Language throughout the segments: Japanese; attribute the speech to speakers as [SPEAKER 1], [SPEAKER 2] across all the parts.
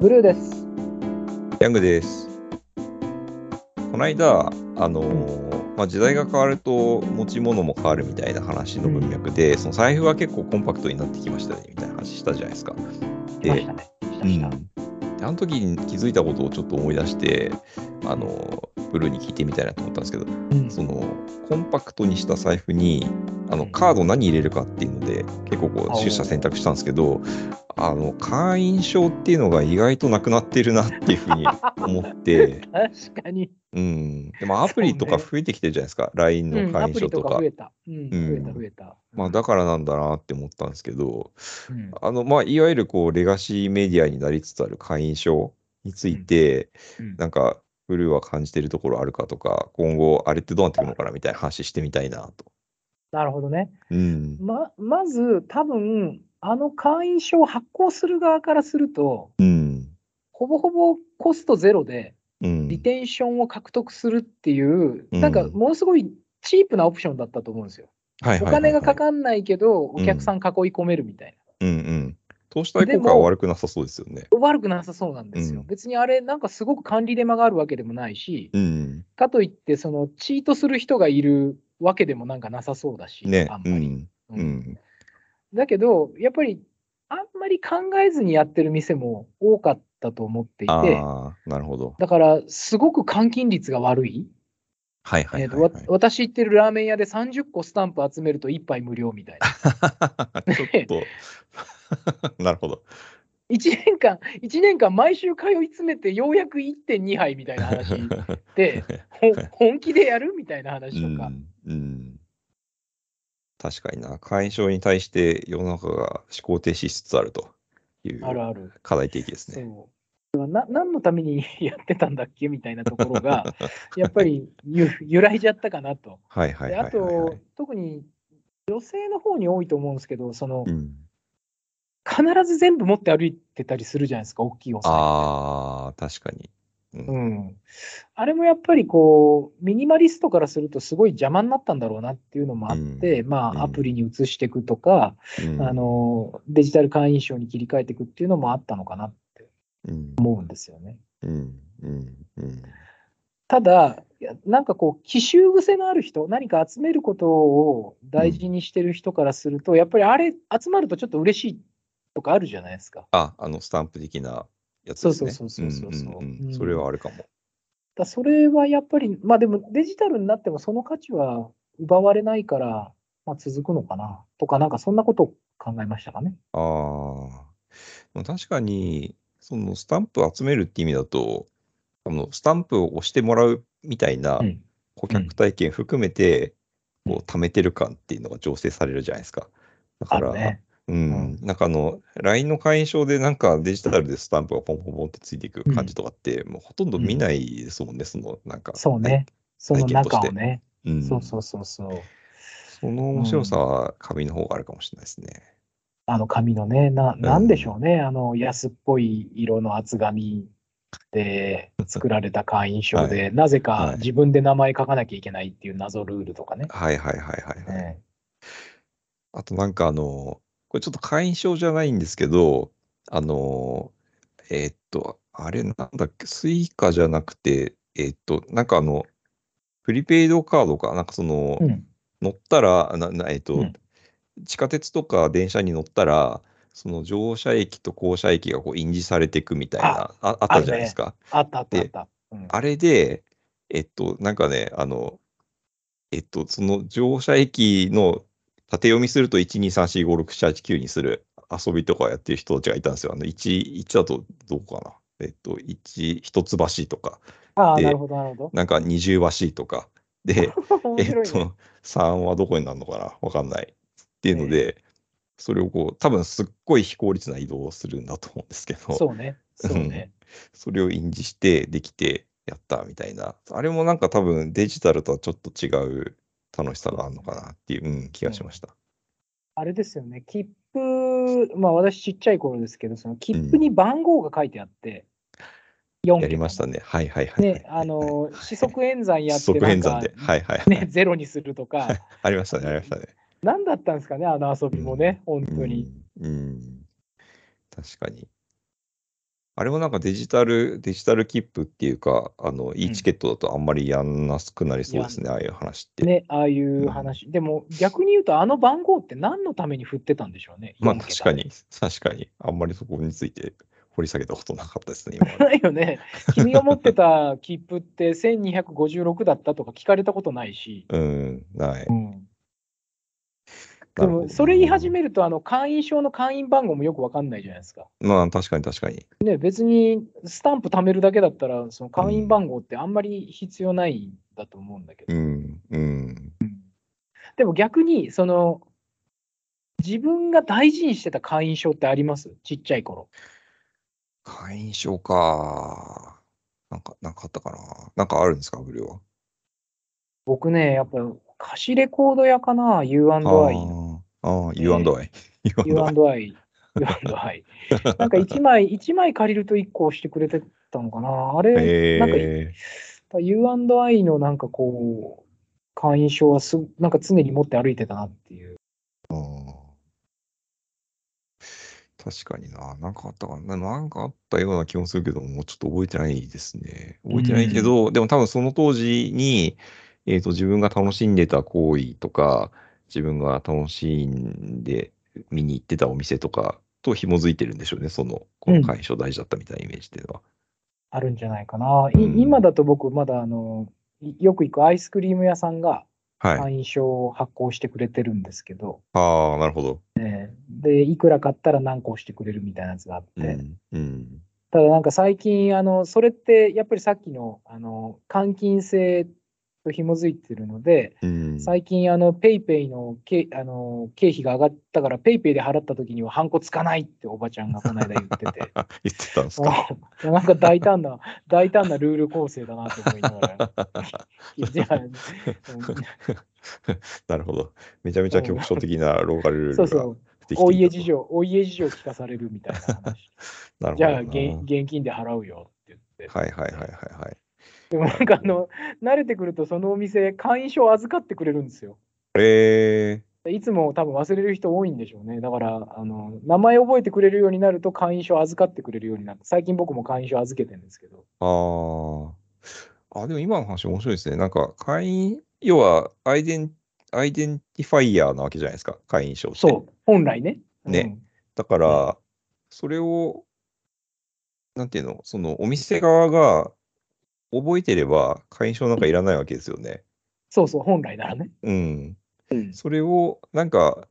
[SPEAKER 1] ブルーです。
[SPEAKER 2] ヤングです。この間、あのーまあ、時代が変わると持ち物も変わるみたいな話の文脈で、その財布は結構コンパクトになってきましたねみたいな話したじゃないですか。
[SPEAKER 1] 来ましたね。来
[SPEAKER 2] う
[SPEAKER 1] ました。
[SPEAKER 2] んであの時に気づいたことをちょっと思い出して、あのーブルーに聞いてみたいなと思ったんですけど、
[SPEAKER 1] うん
[SPEAKER 2] そのコンパクトにした財布にあの
[SPEAKER 1] うん
[SPEAKER 2] カード何入れるかっていうので結構こ
[SPEAKER 1] あ
[SPEAKER 2] う
[SPEAKER 1] ー
[SPEAKER 2] 取捨選択したんですけどあの会員証っていうのが意外となくなってるなっていうふうに思 って、
[SPEAKER 1] 確かに。
[SPEAKER 2] うん、でもアプリとか増えてきてるじゃないですか LINE の
[SPEAKER 1] ア
[SPEAKER 2] 会員
[SPEAKER 1] プ
[SPEAKER 2] 証
[SPEAKER 1] リ
[SPEAKER 2] と
[SPEAKER 1] と
[SPEAKER 2] か,、
[SPEAKER 1] か増えた。うん、
[SPEAKER 2] うん
[SPEAKER 1] 増えた、増えた。
[SPEAKER 2] まあ、だからなんだなって思ったんですけど
[SPEAKER 1] うん
[SPEAKER 2] あの、まあ、いわゆるこうレガシーメディアになりつつある会員証について、
[SPEAKER 1] うん
[SPEAKER 2] なんかブルーは感じてるところあるかとか今後あれってどうなってくるのかなみたいな話してみたいなと。
[SPEAKER 1] なるほどね。
[SPEAKER 2] うん
[SPEAKER 1] ままず、多分あの会員証を発行する側からすると、
[SPEAKER 2] うん
[SPEAKER 1] ほぼほぼコストゼロで
[SPEAKER 2] うん
[SPEAKER 1] リテンションを獲得するっていう、
[SPEAKER 2] うん
[SPEAKER 1] なんかものすごいチープなオプションだったと思うんですよ。
[SPEAKER 2] はい
[SPEAKER 1] お
[SPEAKER 2] はいはいはい
[SPEAKER 1] 金がかかんないけど、お客さん囲い込めるみたい
[SPEAKER 2] うんうん。投資対
[SPEAKER 1] で
[SPEAKER 2] 効果は
[SPEAKER 1] も
[SPEAKER 2] 悪くなさそうですよね。
[SPEAKER 1] な。悪くなさそうなんですよ。
[SPEAKER 2] うん
[SPEAKER 1] 別にあれ、なんかすごく管理手間があるわけでもないし、
[SPEAKER 2] うん。
[SPEAKER 1] かといって、そのチートする人がいるわけでもなんかなさそうだし、
[SPEAKER 2] ね
[SPEAKER 1] あん。
[SPEAKER 2] う
[SPEAKER 1] まり、
[SPEAKER 2] ん。
[SPEAKER 1] うん
[SPEAKER 2] うん。
[SPEAKER 1] だけど、やっぱりあんまり考えずにやってる店も多かったと思ってい
[SPEAKER 2] あ
[SPEAKER 1] て、
[SPEAKER 2] あ、なるほど。
[SPEAKER 1] だから、すごく換金率が悪い。
[SPEAKER 2] はいはい
[SPEAKER 1] えー
[SPEAKER 2] は
[SPEAKER 1] とわ
[SPEAKER 2] い、はい。
[SPEAKER 1] 私行ってるラーメン屋で30個スタンプ集めると1杯無料みたいな。
[SPEAKER 2] ちょっと。なる ほど。
[SPEAKER 1] 1年間、1年間毎週通い詰めて、ようやく1.2杯みたいな話 でほ本気でやるみたいな
[SPEAKER 2] う
[SPEAKER 1] 話とか。
[SPEAKER 2] ん。うん。確かにな。会員証に対して世の中が思考停止しつつあるという
[SPEAKER 1] あるある。
[SPEAKER 2] 課題提起ですね。
[SPEAKER 1] そうな何のためにやってたんだっけみたいなところ が、やっぱりゆ揺らいじゃったかなと。
[SPEAKER 2] はいはい
[SPEAKER 1] で
[SPEAKER 2] はい
[SPEAKER 1] あ
[SPEAKER 2] はいは
[SPEAKER 1] と
[SPEAKER 2] い。、
[SPEAKER 1] 特に女性の方に多いと思うんですけど、その
[SPEAKER 2] うん、
[SPEAKER 1] 必ず全部持って歩いてたりするじゃないですか、大きいお財布
[SPEAKER 2] ああ、確かに。う。
[SPEAKER 1] うんん、あれもやっぱりこうミニマリストからするとすごい邪魔になったんだろうなっていうのもあって、ま
[SPEAKER 2] うん
[SPEAKER 1] あ、アプリに移していくとか、
[SPEAKER 2] うん
[SPEAKER 1] あ、のデジタル会員証に切り替えていくっていうのもあったのかなって
[SPEAKER 2] うん。
[SPEAKER 1] 思うんですよね。
[SPEAKER 2] うん。うん。うん。
[SPEAKER 1] ただ、いやなんかこう、奇襲癖のある人、何か集めることを大事にしてる人からすると、やっぱりあれ、集まるとちょっと嬉しいとかあるじゃないですか。だか
[SPEAKER 2] あ、あの、スタンプ的なやつですね。
[SPEAKER 1] そうそうそうそうそうん
[SPEAKER 2] ん
[SPEAKER 1] うん
[SPEAKER 2] んそれはあるかも。
[SPEAKER 1] らそれはやっぱり、まあでもデジタルになってもその価値は奪われないから、まあ、続くのかなとか、なんかそんなことを考えましたかね。
[SPEAKER 2] ああ。でも確かに、そのスタンプ集めるって意味だと、あのスタンプを押してもらうみたいな
[SPEAKER 1] うん
[SPEAKER 2] 顧客体験含めて、
[SPEAKER 1] うん
[SPEAKER 2] こう、貯めてる感っていうのが醸成されるじゃないですか。
[SPEAKER 1] あ
[SPEAKER 2] だか
[SPEAKER 1] る
[SPEAKER 2] ら、
[SPEAKER 1] ね。
[SPEAKER 2] うん、なんかあの、LINE の会員証でなんかデジタルでスタンプがポンポンポンってついていく感じとかって、もうほとんど見ないですもんね、その、なんか。
[SPEAKER 1] そうね。その中を
[SPEAKER 2] 体験
[SPEAKER 1] ね。
[SPEAKER 2] はい。うん、
[SPEAKER 1] そうそうそうそう。
[SPEAKER 2] その面白さは紙の方があるかもしれないですね。
[SPEAKER 1] あの紙のね、ななんでしょうね、あの安っぽい色の厚紙で作られた会員証で、なぜ
[SPEAKER 2] は
[SPEAKER 1] か
[SPEAKER 2] い
[SPEAKER 1] 自分で名前書かなきゃいけないっていう謎ルールとかね。
[SPEAKER 2] はいはいはいはい、はい
[SPEAKER 1] ね
[SPEAKER 2] あとなんかあの、これちょっと会員証じゃないんですけど、あの、えーっと、あれなんだっけ、スイカじゃなくて、えーっと、なんかあの、プリペイドカードか、なんかその、
[SPEAKER 1] うん、
[SPEAKER 2] 乗ったら、ななえーっと、
[SPEAKER 1] うん
[SPEAKER 2] 地下鉄とか電車に乗ったら、その乗車駅と降車駅がこう印字されていくみたいな、ああったじゃないですか。
[SPEAKER 1] あったあったあった。うん
[SPEAKER 2] あれで、えっと、なんかね、あの、えっと、その乗車駅の縦読みすると、1、2、3、4、5、6、7、8、9にする遊びとかやってる人たちがいたんですよ。あの、1、1だとどこかな。えっと、1、一つ橋とか、
[SPEAKER 1] ああ、
[SPEAKER 2] で
[SPEAKER 1] なるほど、なるほ
[SPEAKER 2] なんか二重橋とか。で、
[SPEAKER 1] ど。面
[SPEAKER 2] えっ
[SPEAKER 1] 白いね。
[SPEAKER 2] と、3はどこになるのかなわかんない。っていうので、それをこう、多分すっごい非効率な移動をするんだと思うんですけど。
[SPEAKER 1] そうね。そうね。
[SPEAKER 2] それを印字してできてやったみたいな。あれもなんか多分デジタルとはちょっと違う楽しさがあるのかなっていう、うん、気がしました。
[SPEAKER 1] あれですよね、切符、まあ私ちっちゃい頃ですけど、その切符に番号が書いてあって、4桁
[SPEAKER 2] やりましたね。はいはいはい。
[SPEAKER 1] ね、あの、四則演算やっ
[SPEAKER 2] 四
[SPEAKER 1] て
[SPEAKER 2] 則
[SPEAKER 1] なん
[SPEAKER 2] 変
[SPEAKER 1] か
[SPEAKER 2] 算で。、はいはい。
[SPEAKER 1] ね、ゼロにするとか。
[SPEAKER 2] ありましたね、ありましたね。
[SPEAKER 1] 何だったんですかね、あの遊びもね、本当に。
[SPEAKER 2] うん。うん確かに。あれもなんかデジタル、デジタル切符っていうか、あの、いいチケットだとあんまりやんなくなりそうですね、ああいう話って。
[SPEAKER 1] ね、ああいう話。でも逆に言うと、あの番号って何のために振ってたんでしょうね。
[SPEAKER 2] まあ
[SPEAKER 1] 4桁
[SPEAKER 2] 確か。に、確かに、あんまりそこについて掘り下げたことなかったですね、今ま で
[SPEAKER 1] ないよね。君が持ってた切符って1256だったとか聞かれたことない し。
[SPEAKER 2] うん、ない。
[SPEAKER 1] でもそれ言い始
[SPEAKER 2] め
[SPEAKER 1] めると、あの会員証の会員番号もよくわかんないじゃないですか。
[SPEAKER 2] まあ確かに確かに。
[SPEAKER 1] ね、別にスタンプ貯めるだけだったら、その会員番号ってあんまり必要ないんだと思うんだけど、
[SPEAKER 2] うん、うん。
[SPEAKER 1] でも逆に、その、自分が大事にしてた会員証ってありますちっちゃい頃。
[SPEAKER 2] 会員証か。なんか、なんかあったかな。なんかあるんですか、ブルーは。
[SPEAKER 1] 僕ね、やっぱ、貸しレコード屋かな ?U&I の。
[SPEAKER 2] あーあー、U&I。U&I。
[SPEAKER 1] U&I。U&I。なんか1枚、一枚借りると1個してくれてたのかなあれ、なんか
[SPEAKER 2] え
[SPEAKER 1] U&I のなんかこう、会員証はすぐなんか常に持って歩いてたなっていう。
[SPEAKER 2] ーうん確かにな。なんかあったかな。なんかあったような気もするけど、もうちょっと覚えてないですね。覚えてないけど、でも多分その当時に、えっ、と、自分が楽しんでた行為とか、自分が楽しんで見に行ってたお店とかと紐づいてるんでしょうね。その、この会員証大事だったみたいなイメージっていうのは。
[SPEAKER 1] あるんじゃないかな。い
[SPEAKER 2] うん
[SPEAKER 1] 今だと僕、まだあの、いよく行くアイスクリーム屋さんが
[SPEAKER 2] はい。
[SPEAKER 1] 会員証を発行してくれてるんですけど、
[SPEAKER 2] ああ、なるほど。
[SPEAKER 1] で、いくら買ったら何個してくれるみたいなやつがあって、
[SPEAKER 2] うん。うん。
[SPEAKER 1] ただなんか最近、あの、それってやっぱりさっきの、あの、換金制と紐づいてるので、
[SPEAKER 2] うん、。
[SPEAKER 1] 最近、あの、ペイペイのけあの経費が上がったから、ペイペイで払った時にはハンコつかないっておばちゃんがこの間言ってて
[SPEAKER 2] 言ってたんですか。
[SPEAKER 1] うん なんか大胆な、大胆なルール構成だなと思いなが ら。いや
[SPEAKER 2] なるほど。めちゃめちゃ局所的なローカルルール
[SPEAKER 1] そ
[SPEAKER 2] が
[SPEAKER 1] うそう、
[SPEAKER 2] できていたと
[SPEAKER 1] お家事。情、お家事情聞かされるみたいな話。
[SPEAKER 2] なるほどな。
[SPEAKER 1] じゃあ現、現金で払うよって言って。
[SPEAKER 2] はいはいはいはいはい。
[SPEAKER 1] でもなんかあの、慣れてくると、そのお店、会員証預かってくれるんですよ。
[SPEAKER 2] え
[SPEAKER 1] いつも多分忘れる人多いんでしょうね。だから、あの名前覚えてくれるようになると会員証預かってくれるようになる。最近僕も会員証預けてるんですけど。
[SPEAKER 2] ー、ああ。あ、でも今の話面白いですね。なんか会員、要はアイデン、アイデンティファイヤーなわけじゃないですか。会員証って。
[SPEAKER 1] そう、本来ね。
[SPEAKER 2] ねだから、それを、なんていうの、そのお店側が覚えてれば会員証なんかいらないわけですよね。
[SPEAKER 1] そうそう、本来ならね。
[SPEAKER 2] うん。
[SPEAKER 1] うん
[SPEAKER 2] それを、なんか、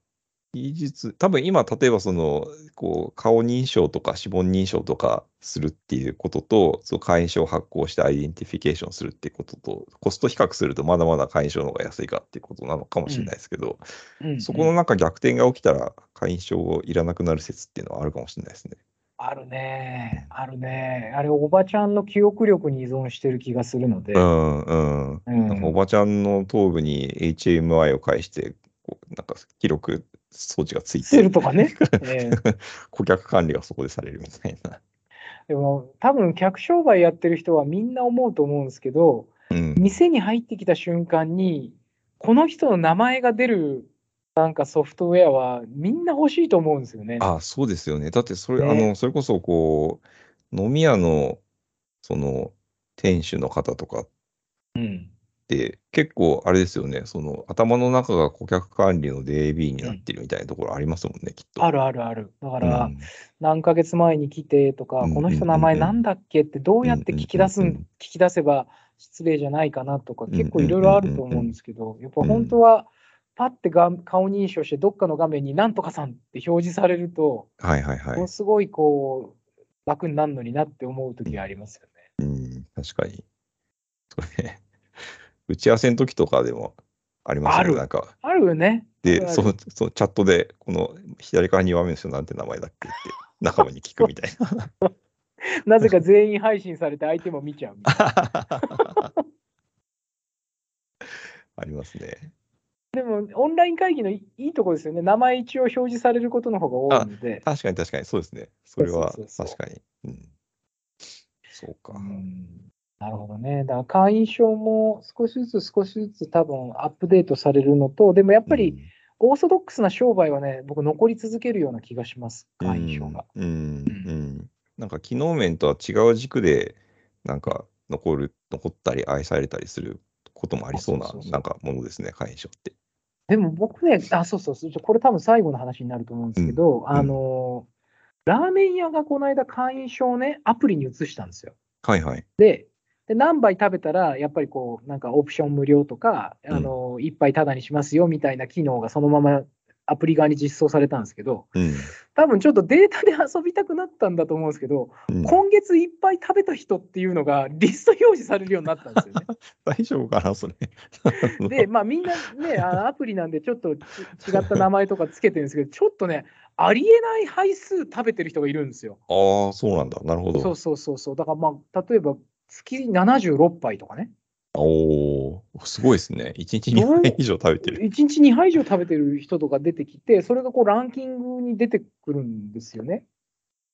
[SPEAKER 2] 技術、多分今、例えばその、こう、顔認証とか指紋認証とかするっていうことと、その会員証を発行してアイデンティフィケーションするってことと、コスト比較するとまだまだ会員証の方が安いかっていうことなのかもしれないですけど、
[SPEAKER 1] うん
[SPEAKER 2] そこのなんか逆転が起きたら、会員証をいらなくなる説っていうのはあるかもしれないですね。
[SPEAKER 1] あるね、あるね。あれ、おばちゃんの記憶力に依存してる気がするので。
[SPEAKER 2] うん、うん。
[SPEAKER 1] うん
[SPEAKER 2] なんかおばちゃんの頭部に HMI を介して、こうなんか記録装置がつい
[SPEAKER 1] す
[SPEAKER 2] て
[SPEAKER 1] るとかね。 ええ
[SPEAKER 2] 顧客管理がそこでされるみたい な。
[SPEAKER 1] でも、多分、客商売やってる人はみんな思うと思うんですけど、
[SPEAKER 2] うん、
[SPEAKER 1] 店に入ってきた瞬間に、この人の名前が出るなんかソフトウェアはみんな欲しいと思うんですよね。
[SPEAKER 2] あ、そうですよね。だってそれ、
[SPEAKER 1] ね
[SPEAKER 2] あの、それこそこう、飲み屋の、その、店主の方とかっ
[SPEAKER 1] うん、
[SPEAKER 2] て、結構あれですよね、その、頭の中が顧客管理の DB になってるみたいなところありますもんね、きっと。
[SPEAKER 1] あるあるある。だか
[SPEAKER 2] うん
[SPEAKER 1] ら、何ヶ月前に来てとか、
[SPEAKER 2] うん
[SPEAKER 1] この人名前なんだっけってどうやって聞き出すん、
[SPEAKER 2] うんうんうんうん
[SPEAKER 1] 聞き出せば失礼じゃないかなとか
[SPEAKER 2] んうんうんうん
[SPEAKER 1] 結構いろいろあると思うんですけど、やっぱ本当はパッてが顔認証してどっかの画面になんとかさんって表示されると、
[SPEAKER 2] はいはいは
[SPEAKER 1] も。
[SPEAKER 2] いう
[SPEAKER 1] すごいこう楽になるのになって思う時がありますよね。
[SPEAKER 2] うん、確かに。それ、打ち合わせの時とかでもあります
[SPEAKER 1] あ
[SPEAKER 2] よ
[SPEAKER 1] る
[SPEAKER 2] ね、なんか。
[SPEAKER 1] あるよね。あ
[SPEAKER 2] で、
[SPEAKER 1] るある
[SPEAKER 2] その、そのチャットで、この左側に画面の人なんて名前だっけって、仲間に聞くみたいな。
[SPEAKER 1] なぜか全員配信されて相手も見ちゃう みたいな。
[SPEAKER 2] ありますね。
[SPEAKER 1] でもオンライン会議のいいいとこですよね。名前一応表示されることの方が多いので。
[SPEAKER 2] 確かに確かに、そうですね。それは
[SPEAKER 1] そうそうそう
[SPEAKER 2] 確かに。うん。そうか。
[SPEAKER 1] うんなるほどね。だから会員証も少しずつ少しずつ多分アップデートされるのと、でもやっぱりオーソドックスな商売はね、僕残り続けるような気がします、
[SPEAKER 2] うん、
[SPEAKER 1] 会員証が。
[SPEAKER 2] うん。うん。うんなんか機能面とは違う軸で、なんか残る、残ったり愛されたりすることもありそうな
[SPEAKER 1] あそうそうそう
[SPEAKER 2] なんかものですね、会員証って。
[SPEAKER 1] でも僕ね、あ、そうそうそう、これ多分最後の話になると思うんですけど、あのー、ラーメン屋がこの間会員証をね、アプリに移したんですよ。
[SPEAKER 2] はいはい。
[SPEAKER 1] で、何杯食べたら、やっぱりこう、なんかオプション無料とか、
[SPEAKER 2] ん
[SPEAKER 1] あのー、一杯タダにしますよみたいな機能がそのままアプリ側に実装されたんですけど、
[SPEAKER 2] うん。
[SPEAKER 1] 多分ちょっとデータで遊びたくなったんだと思うんですけど、
[SPEAKER 2] うん
[SPEAKER 1] 今月いっぱい食べた人っていうのがリスト表示されるようになったんですよね。
[SPEAKER 2] 大丈夫かな、それ。
[SPEAKER 1] で、まあ、みんなね、あのアプリなんで、ちょっとち違った名前とかつけてるんですけど、ちょっとね、ありえない杯数食べてる人がいるんですよ。
[SPEAKER 2] ああ、そうなんだ。なるほ
[SPEAKER 1] そ
[SPEAKER 2] ど
[SPEAKER 1] う。そうそうそう、だからまあ、例えば月76杯とかね、
[SPEAKER 2] おお、すごいですね。1日2
[SPEAKER 1] どう
[SPEAKER 2] 杯以上食べてる。
[SPEAKER 1] 1日2杯以上食べてる人とか出てきて、それがこうランキングに出てくるんですよね。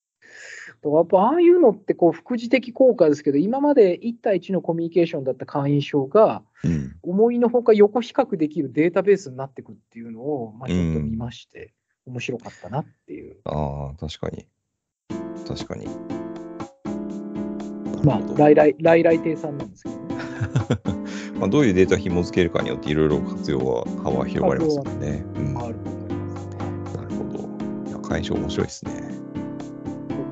[SPEAKER 1] だからやっぱああいうのってこう副次的効果ですけど、今まで1対1のコミュニケーションだった会員証が、
[SPEAKER 2] うん。
[SPEAKER 1] 思いのほか横比較できるデータベースになってくっていうのを、まあ、ちょっと見まして、面白かったなっていう。
[SPEAKER 2] ああ、確かに。確かに。
[SPEAKER 1] まあ
[SPEAKER 2] なるほ、ど
[SPEAKER 1] 来来、来来亭さんなんですけどね。
[SPEAKER 2] まあ、どういうデータを紐付けるかによっていろいろ活用は幅は広がりますよね。うん、
[SPEAKER 1] あ
[SPEAKER 2] なる
[SPEAKER 1] ると思います。
[SPEAKER 2] ほど。いや、会社面白いですね。
[SPEAKER 1] ちょっ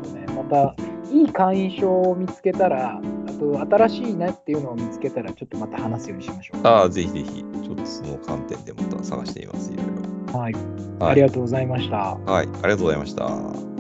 [SPEAKER 1] とね、また、いい会員証を見つけたら、あと、新しいなっていうのを見つけたら、ちょっとまた話すようにしましょう。
[SPEAKER 2] ああ、ぜひぜひ、ちょっとその観点でまた探してみます、いろいろ。
[SPEAKER 1] はい。
[SPEAKER 2] はい
[SPEAKER 1] ありがとうございました。
[SPEAKER 2] はい、ありがとうございました。